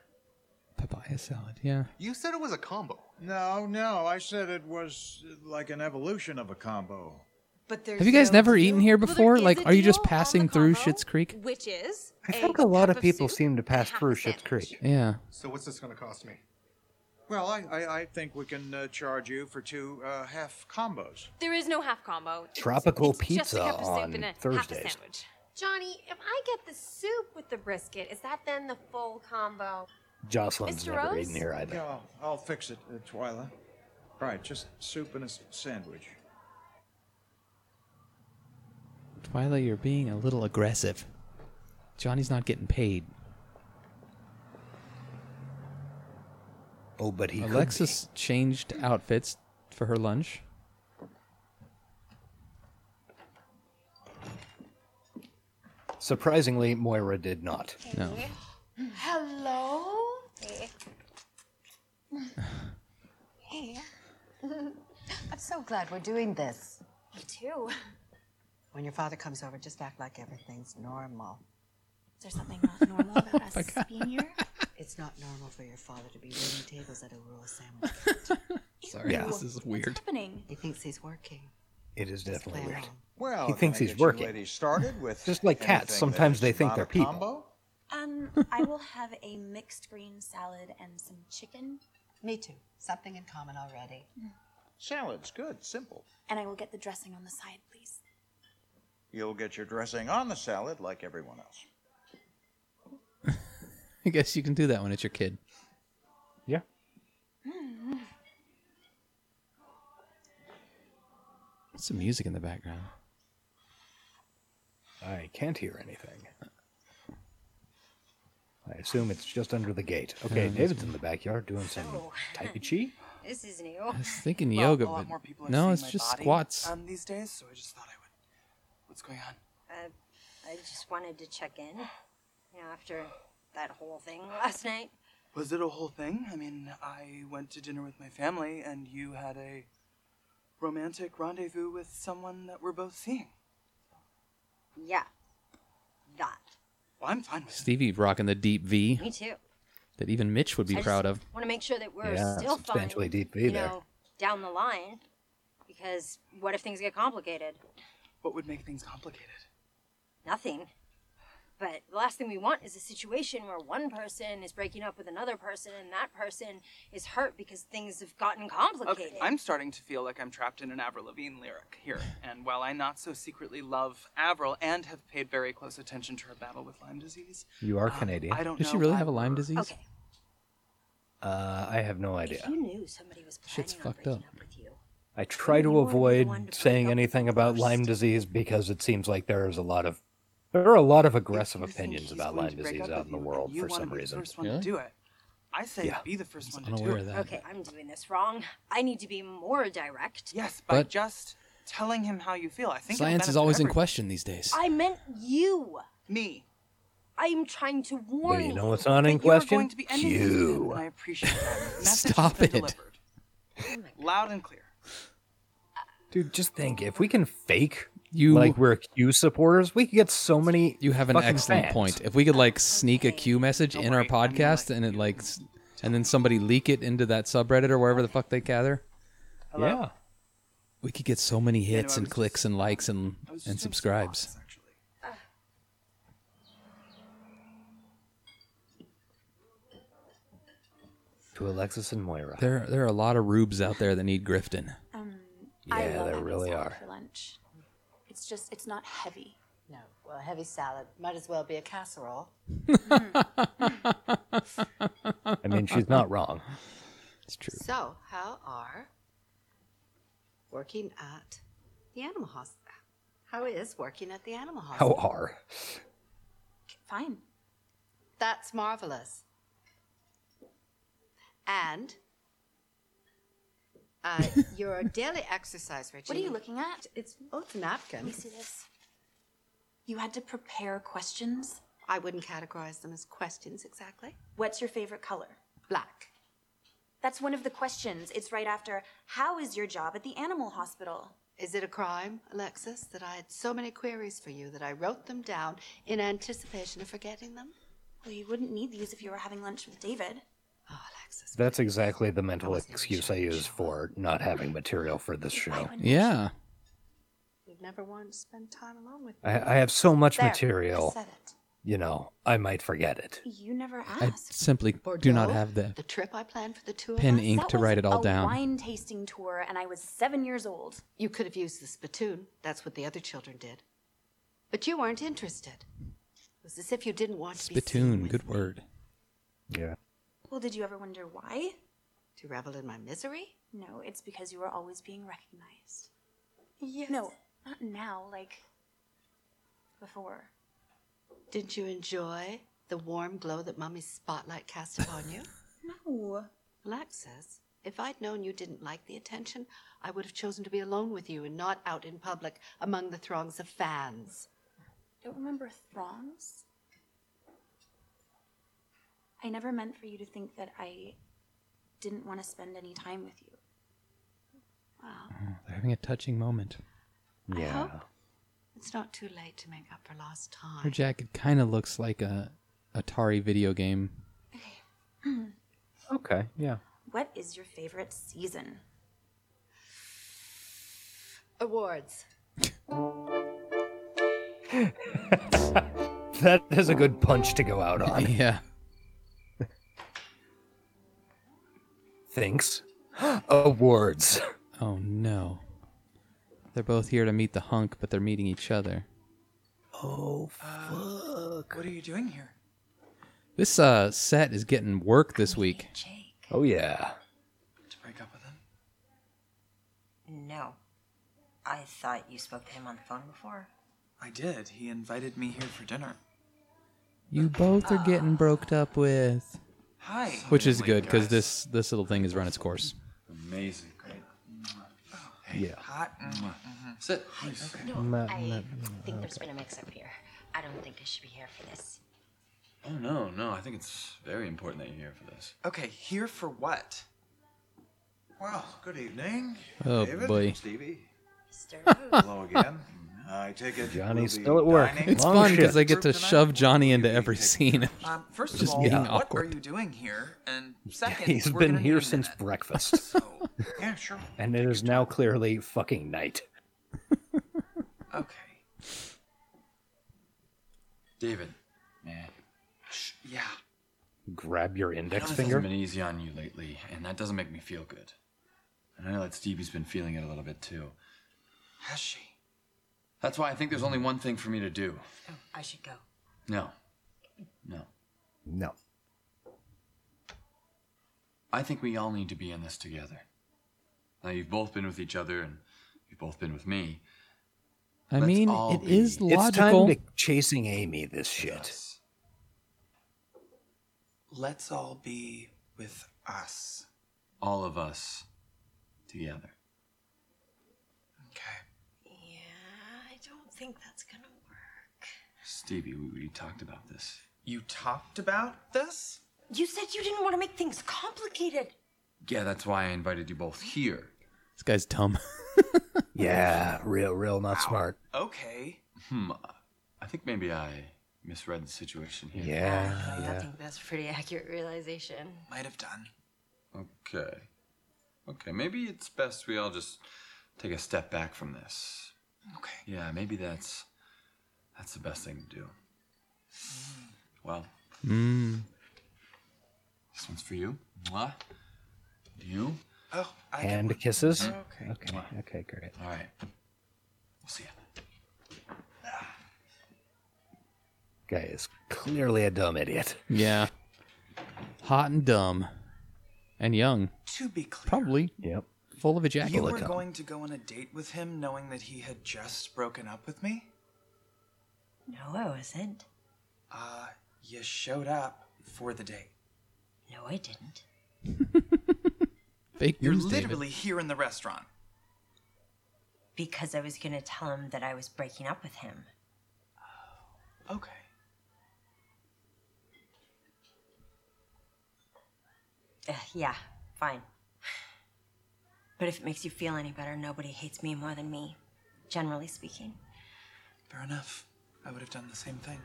S14: papaya salad. Yeah.
S16: You said it was a combo.
S6: No, no, I said it was uh, like an evolution of a combo.
S15: But there's
S14: Have you guys
S15: no
S14: never eaten here
S15: deal.
S14: before? like, are you just passing through Shit's Creek?
S9: Which is
S3: I think a lot of people seem to pass through Shit's Creek.
S14: Yeah.
S16: So what's this going to cost me?
S6: Well, I, I, I think we can uh, charge you for two uh, half combos.
S9: There is no half combo. It's-
S3: Tropical
S9: it's just a
S3: pizza
S9: cup of soup
S3: on
S9: and a half a
S3: Thursdays.
S9: sandwich. Johnny, if I get the soup with the brisket, is that then the full combo?
S3: Jocelyn's
S9: Mr.
S3: never
S9: Rose?
S3: eaten here either.
S6: Yeah, I'll- I'll fix it, uh, Twyla. Right, just soup and a s- sandwich.
S1: Twyla, you're being a little aggressive. Johnny's not getting paid.
S3: Oh, but he could
S1: Alexis changed outfits for her lunch.
S3: Surprisingly, Moira did not.
S14: No.
S17: Hello?
S4: Hey. I'm so glad we're doing this.
S9: Me too.
S4: When your father comes over, just act like everything's normal.
S17: Is there something not normal about us being here?
S4: It's not normal for your father to be waiting tables at a rural sandwich.
S14: Sorry, Yeah. this is What's weird.
S17: happening?
S4: He thinks he's working.
S3: It is definitely weird.
S6: Well,
S3: he
S6: can
S3: thinks
S6: I
S3: he's
S6: get you
S3: working. [laughs]
S6: ladies started with
S3: Just like cats,
S6: anything
S3: sometimes they
S6: that's
S3: think
S6: not
S3: they're
S6: a
S3: people.
S6: combo?
S17: Um, I will have a mixed green salad and some chicken.
S4: Me too. Something in common already.
S6: Salad's good, simple.
S17: And I will get the dressing on the side, please.
S6: You'll get your dressing on the salad like everyone else.
S1: [laughs] I guess you can do that when it's your kid.
S3: Yeah.
S1: What's the music in the background?
S3: I can't hear anything. I assume it's just under the gate. Okay,
S14: Yeah.
S3: David's in the backyard doing some
S5: So-
S3: tai chi.
S5: This is new.
S14: I was thinking
S5: Oh. Well,
S14: yoga,
S5: a lot
S14: but
S5: more people are
S14: no,
S5: seeing
S14: it's
S5: my
S14: just
S5: body,
S14: squats.
S5: Um, these days, so I just thought I would. What's going on?
S7: Uh, I just wanted to check in. You know, after that whole thing [laughs] last night.
S5: Was it a whole thing? I mean, I went to dinner with my family, and you had a romantic rendezvous with someone that we're both seeing.
S7: Yeah. That.
S5: Well, I'm fine with
S1: Stevie rocking the deep V
S7: Me too.
S1: that even Mitch would be
S7: I
S1: proud of.
S7: Want to make sure that we're
S1: Yeah,
S7: still
S1: substantially
S7: fine,
S1: deep V
S7: you
S1: there.
S7: know, down the line. Because what if things get complicated?
S5: What would make things complicated?
S7: Nothing. But the last thing we want is a situation where one person is breaking up with another person and that person is hurt because things have gotten complicated.
S5: Okay, I'm starting to feel like I'm trapped in an Avril Lavigne lyric here. And while I not so secretly love Avril and have paid very close attention to her battle with Lyme disease, um,
S3: You are Canadian.
S5: I don't
S1: Does she
S5: know
S1: really
S5: why
S1: have a Lyme
S5: we're-
S1: disease?
S7: Okay.
S3: Uh, I have no idea.
S7: If you knew somebody was planning
S1: Shit's
S7: on
S1: fucked up.
S3: I try to avoid saying anything about Lyme disease because it seems like there is a lot of there are a lot of aggressive opinions about
S5: going
S3: Lyme
S5: to break
S3: disease
S5: up
S3: out
S5: with
S3: in the
S5: you, but
S3: world
S5: you
S3: for
S5: wanna
S3: some
S5: be the
S3: reason.
S5: first one to Really? do it.
S7: I
S5: say
S3: Yeah.
S5: be the first one to do
S3: unaware
S5: it.
S3: of that.
S7: Okay, I'm doing this wrong. I need to be more direct.
S5: Yes, by just telling him how you feel. I think it'll
S1: Science is
S5: benefit
S1: always in
S5: everyone.
S1: question these days.
S7: I meant you.
S5: Me.
S7: I'm trying to warn
S3: Well, you know what's not in question? You.
S5: I appreciate [laughs] that. Message
S3: Stop
S5: has been
S3: it.
S5: delivered. Loud and clear.
S3: Dude, just think if we can fake
S1: You-
S3: like we're Q supporters, we could get so many
S1: You have an
S3: fucking
S1: excellent
S3: fans.
S1: point. If we could like sneak a Q message in our podcast and it like, s- and then somebody leak it into that subreddit or wherever the fuck they gather,
S5: Hello?
S1: Yeah. we could get so many
S5: You know,
S1: hits
S5: I
S1: and
S5: was
S1: clicks and likes and
S5: I was just
S1: and
S5: doing some
S1: subscribes.
S5: thoughts, actually.
S7: Ugh,
S3: to Alexis and Moira.
S1: There, there are a lot of rubes out there that need grifting.
S9: Um, I
S3: Yeah,
S9: love
S3: there
S9: having
S3: really
S9: salad [laughs]
S3: are.
S9: For lunch, it's just it's not heavy.
S4: No, well, a heavy salad might as well be a casserole.
S3: I mean, she's not wrong.
S1: It's true.
S4: So, how are working at the animal hospital? How is working at the animal
S3: How
S4: hospital?
S3: are?
S9: Fine.
S4: That's marvelous. And
S9: [laughs]
S4: uh, your daily exercise regime.
S9: What are you looking at?
S4: It's oh, it's a napkin.
S9: Let me see this. You had to prepare questions.
S4: I wouldn't categorize them as questions exactly.
S9: What's your favorite color?
S4: Black.
S9: That's one of the questions. It's right after, How is your job at the animal hospital?
S4: Is it a crime, Alexis, that I had so many queries for you that I wrote them down in anticipation of forgetting them?
S9: Well, you wouldn't need these if you were having lunch with David.
S4: Oh,
S3: That's exactly the mental excuse I use for not having material for this show.
S18: Yeah.
S4: You've never wanted to spend time alone with me.
S3: I, I have so much
S4: There, I
S3: material.
S4: said
S3: You know, I might forget it.
S9: You never asked.
S1: I simply do not have the
S4: The trip I planned for the two of
S1: pen
S4: us.
S1: ink to write it all
S9: a
S1: down.
S9: wine tasting tour, and I was seven years old.
S4: You could have used the spittoon. That's what the other children did. But you weren't interested. It was as if you didn't want to be
S1: Spittoon, good word.
S3: Yeah.
S9: Well, did you ever wonder why?
S4: to revel in my misery.
S9: No, it's because you were always being recognized. Yes. No, not now, like before.
S4: Didn't you enjoy the warm glow that Mummy's spotlight cast upon
S1: [laughs]
S4: you?
S9: No.
S4: Alexis, if I'd known you didn't like the attention, I would have chosen to be alone with you and not out in public among the throngs of fans.
S9: Don't remember throngs? I never meant for you to think that I didn't want to spend any time with you. Wow.
S1: They're having a touching moment.
S9: Uh-huh.
S3: Yeah.
S4: It's not too late to make up for lost time.
S1: Her jacket kind of looks like a Atari video game.
S3: Okay. Yeah.
S9: What is your favorite season?
S4: Awards.
S3: That is a good punch to go out [laughs] on.
S1: Yeah.
S3: Thanks. [gasps] Awards.
S1: Oh no. They're both here to meet the hunk, but they're meeting each other.
S3: Oh,
S5: fuck. What are you doing here?
S1: This uh set is getting work this week.
S3: Oh yeah.
S5: To break up with him?
S4: No.
S5: I thought you spoke to him on the phone before. I did. He invited me here for dinner.
S1: You both are getting broked up with.
S5: Hi.
S1: Which is good because this this little thing has run its course.
S6: Amazing. Great.
S1: Yeah.
S5: Hot.
S6: Sit.
S7: No,
S1: Ma-
S7: I
S1: ma-
S7: think there's been a mix-up here. I don't think I should be here for this.
S6: Oh no, no. I think it's very important that you're here for this.
S5: Okay, here for what?
S19: Well, good evening.
S1: Oh,
S19: David,
S1: boy.
S19: Stevie.
S7: Hello
S19: again. I take it.
S3: Johnny's
S19: we'll be
S3: still at work.
S19: dining-
S1: It's fun because I get to shove Johnny into every scene. [laughs]
S5: Um, first
S1: Just
S5: of all,
S1: being
S5: what
S1: awkward.
S5: are you doing here? And second,
S3: He's
S5: we're
S3: been
S5: gonna
S3: here
S5: need
S9: [laughs]
S3: since [laughs]
S5: that.
S3: breakfast.
S19: yeah, sure.
S3: and it is now clearly fucking night.
S5: Okay.
S6: David. Yeah.
S5: Shh, yeah.
S3: Grab your index
S6: This
S3: finger.
S6: has been easy on you lately, and that doesn't make me feel good. And I know that Stevie's been feeling it a little bit too.
S5: Has she?
S6: That's why I think there's only one thing for me to do.
S5: Oh,
S7: I should go.
S6: No. No.
S3: No.
S6: I think we all need to be in this together. Now you've both been with each other and you've both been with me.
S1: I mean,
S6: all
S1: it is
S6: be-
S3: It's
S1: logical.
S3: time to chasing Amy this shit.
S5: Let's all be with us.
S6: All of us together.
S7: I don't think that's gonna work.
S6: Stevie, we, we talked about this.
S5: You talked about this?
S7: You said you didn't want to make things complicated.
S6: Yeah, that's why I invited you both here.
S1: This guy's dumb. [laughs]
S3: Yeah, real, real not smart.
S5: Okay.
S6: Hmm. I think maybe I misread the situation here.
S3: Yeah,
S7: I think that's a pretty accurate realization.
S5: Might have done.
S6: Okay. Okay, maybe it's best we all just take a step back from this.
S5: Okay.
S6: Yeah, maybe that's that's the best thing to do. Well,
S1: Mm.
S20: This one's for you. Mwah. You.
S5: Oh,
S3: Hand kisses.
S5: Uh,
S20: Okay.
S3: Okay. Okay. Great.
S20: All right. We'll see ya.
S3: Guy is clearly a dumb idiot.
S1: Yeah. Hot and dumb. And young.
S5: To be clear.
S1: Probably.
S3: Yep.
S1: Full of
S5: You were
S1: ejaculate.
S5: going to go on a date with him knowing that he had just broken up with me?
S7: No, I wasn't.
S5: Uh, you showed up for the date.
S7: No, I didn't.
S1: Fake
S5: You're
S1: news, David.
S5: literally here in the restaurant.
S7: Because I was going to tell him that I was breaking up with him.
S5: Okay.
S7: Ugh, Uh, yeah, fine. But if it makes you feel any better, nobody hates me more than me, generally speaking.
S5: Fair enough. I would have done the same thing.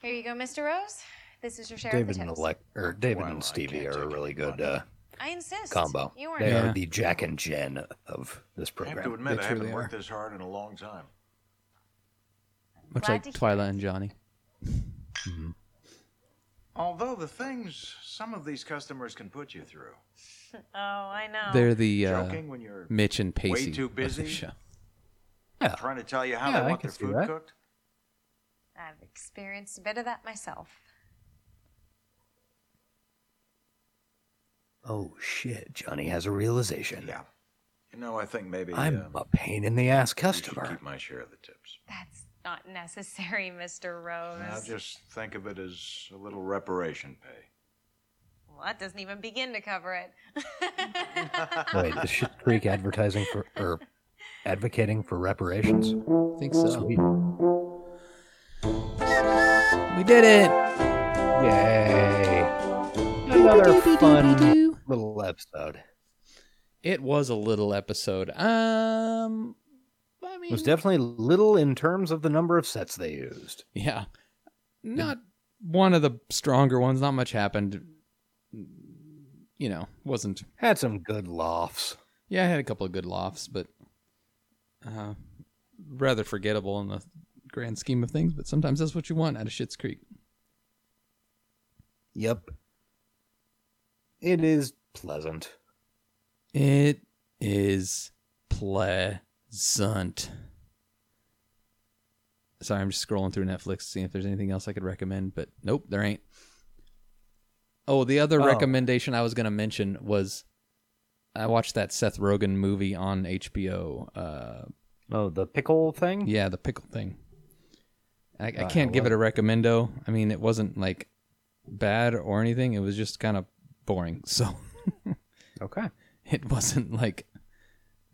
S21: Here you go, Mr. Rose. This is your share of
S3: David
S21: the
S3: and
S21: tips.
S3: Alec, or David and Stevie are a really good uh,
S21: I insist.
S3: combo.
S21: You weren't
S3: They
S21: here.
S3: are the Jack and Jen of this
S6: I
S3: program.
S6: have to admit, I haven't worked this hard in a long time.
S1: Much
S21: Glad
S1: like
S21: to hear
S1: Twyla and Johnny.
S6: Although the things some of these customers can put you through.
S21: Oh, I know.
S1: They're the uh,
S6: Joking when you're
S1: Mitch and
S6: way
S1: Pacey.
S6: too
S1: of the
S6: busy.
S1: show.
S6: Trying to tell you how
S1: Yeah, I
S6: they want
S1: can
S6: their
S1: see
S6: food
S1: that.
S6: cooked.
S21: I've experienced a bit of that myself.
S3: Oh shit! Johnny has a realization.
S6: Yeah. You know, I think maybe
S3: I'm
S6: uh,
S3: a pain in the ass
S6: I
S3: customer.
S6: keep my share of the tips.
S21: That's not necessary, [laughs] Mr. Rose.
S6: Now just think of it as a little reparation pay.
S21: Well, that doesn't even begin to cover it. [laughs]
S3: Wait, is Shit Creek advertising for or advocating for reparations?
S1: I think so.
S3: Sweet.
S1: We did it.
S3: Yay! Another fun little episode.
S1: It was a little episode. Um, I mean,
S3: It was definitely little in terms of the number of sets they used.
S1: yeah, not one of the stronger ones. Not much happened. You know, wasn't.
S3: Had some good laughs.
S1: Yeah, I had a couple of good laughs, but uh, rather forgettable in the grand scheme of things. But sometimes that's what you want out of Shit's Creek.
S3: Yep. It is pleasant.
S1: It is pleasant. Sorry, I'm just scrolling through Netflix seeing if there's anything else I could recommend, but nope, there ain't. Oh, the other
S22: Oh.
S1: recommendation I was going to mention was I watched that Seth Rogen movie on HBO. Uh,
S3: Oh, the pickle thing?
S1: yeah, the pickle thing. I, I
S3: Uh,
S1: can't give
S3: well-
S1: it a recommendo. I mean, it wasn't like bad or anything. It was just kind of boring. [laughs] So
S3: Okay.
S1: [laughs] it wasn't like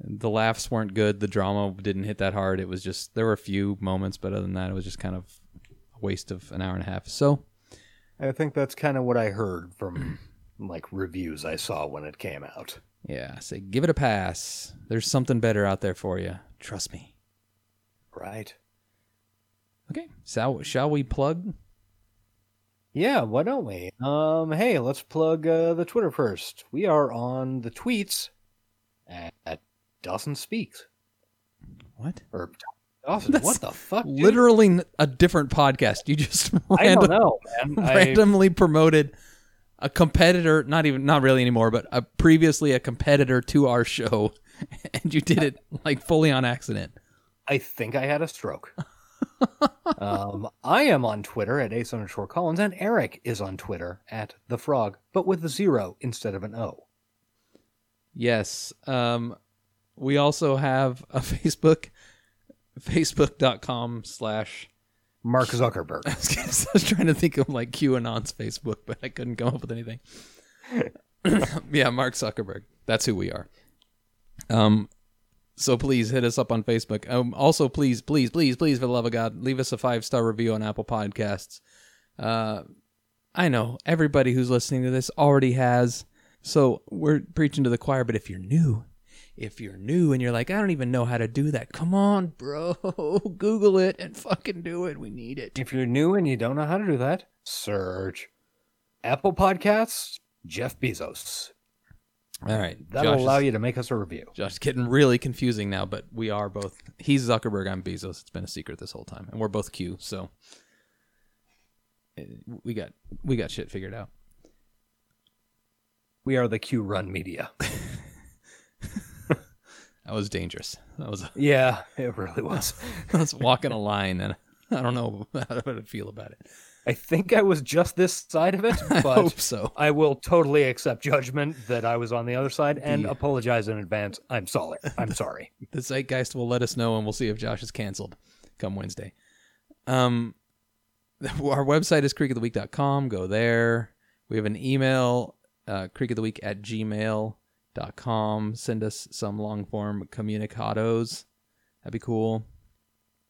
S1: the laughs weren't good the drama didn't hit that hard it was just there were a few moments but other than that it was just kind of a waste of an hour and a half so
S3: I think that's kind of what I heard [clears throat] from like reviews I saw when it came out.
S1: yeah I say give it a pass there's something better out there for you trust me
S3: Right.
S1: okay so shall we plug
S3: Yeah, why don't we? Um, hey, let's plug uh, the Twitter first. We are on the tweets at, at Dawson Speaks.
S1: what
S3: Or Dawson, what the fuck? dude?
S1: literally n- a different podcast you just
S3: [laughs] I don't
S1: random,
S3: know,
S1: [laughs]
S3: man. I-
S1: randomly promoted a competitor not even not really anymore but a previously a competitor to our show [laughs] and you did it like fully on accident
S3: I think I had a stroke. um, I am on Twitter at Ace underscore Collins, and Eric is on Twitter at The Frog, but with a zero instead of an O.
S1: Yes. Um, we also have a [laughs] Facebook, facebook.com slash.
S3: Mark Zuckerberg.
S1: I was, [laughs] gonna- I was trying to think of like QAnon's Facebook, but I couldn't come up with anything. [coughs] yeah, Mark Zuckerberg. That's who we are. Um, so please hit us up on Facebook. Um, also, please, please, please, please, for the love of God, leave us a five star review on Apple Podcasts. Uh, I know everybody who's listening to this already has. So we're preaching to the choir, but if you're new, if you're new and you're like, I don't even know how to do that, come on, bro. [laughs] Google it and fucking do it. We need it.
S3: If you're new and you don't know how to do that, search Apple Podcasts, Jeff Bezos.
S1: All right.
S3: That'll
S1: Josh
S3: allow
S1: is-
S3: you to make us a review.
S1: Josh, it's getting really confusing now, but we are both. He's Zuckerberg, I'm Bezos. It's been a secret this whole time, eh, and we're both Q. So uh, we got we got shit figured out.
S3: We are the Q Run Media.
S1: That was dangerous. That was
S3: [laughs]
S1: [laughs]
S3: Yeah, it really was.
S1: I was walking a line, and I don't know [laughs] how to feel about it.
S3: I think I was just this side of it, but [laughs] I,
S1: hope so.
S3: will totally accept judgment that I was on the other side and
S1: The-
S3: apologize in advance. I'm sorry. [laughs] I'm sorry.
S1: The Zeitgeist will let us know, and we'll see if Josh is canceled come Wednesday. Um, [laughs] our website is creekoftheweek.com. Go there. We have an email, uh, creekoftheweek at gmail.com. Send us some long form communicados. That'd be cool.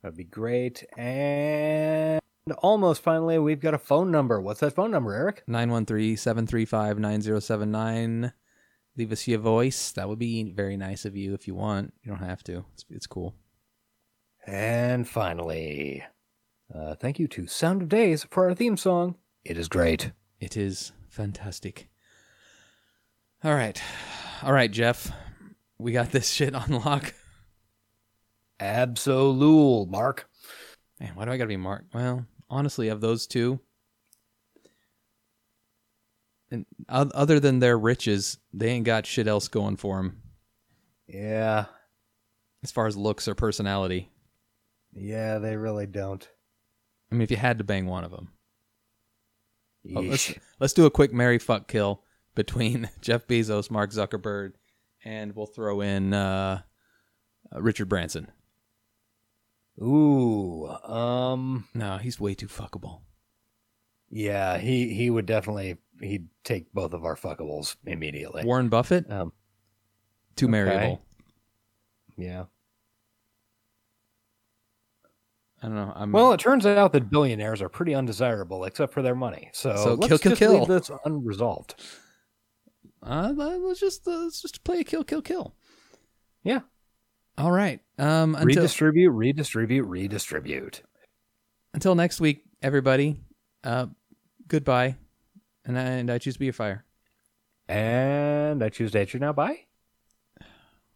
S3: That'd be great. And almost finally, we've got a phone number. What's that phone number, Eric?
S1: 913 735 9079. Leave us your voice. That would be very nice of you if you want. You don't have to, it's, it's cool.
S3: And finally, uh, thank you to Sound of Days for our theme song. It is great.
S1: It is fantastic. All right. All right, Jeff. We got this shit on lock.
S3: Absolute, Mark.
S1: Man, why do I gotta be Mark? Well, honestly, of those two, and o- other than their riches, they ain't got shit else going for them
S3: Yeah.
S1: as far as looks or personality.
S3: Yeah, they really don't.
S1: I mean, if you had to bang one of them,
S3: Oh,
S1: let's,
S3: Yeesh.
S1: let's do a quick Mary fuck kill between [laughs] Jeff Bezos, Mark Zuckerberg, and we'll throw in uh, uh, Richard Branson.
S3: Ooh, um,
S1: No, he's way too fuckable.
S3: yeah, he he would definitely he'd take both of our fuckables immediately.
S1: Warren Buffett,
S3: Um,
S1: too
S3: okay.
S1: marryable.
S3: Yeah.
S1: I don't know. I'm,
S3: Well, it turns out that billionaires are pretty undesirable, except for their money. So,
S1: So
S3: let's
S1: kill, kill,
S3: just leave
S1: kill.
S3: this unresolved.
S1: uh, let's just uh, let's just play a kill, kill, kill.
S3: Yeah.
S1: All right. Um, until
S3: Redistribute, redistribute, redistribute.
S1: until next week, everybody. Uh, goodbye, and I, and I choose to be a fire.
S3: And I choose to hit you now. Bye.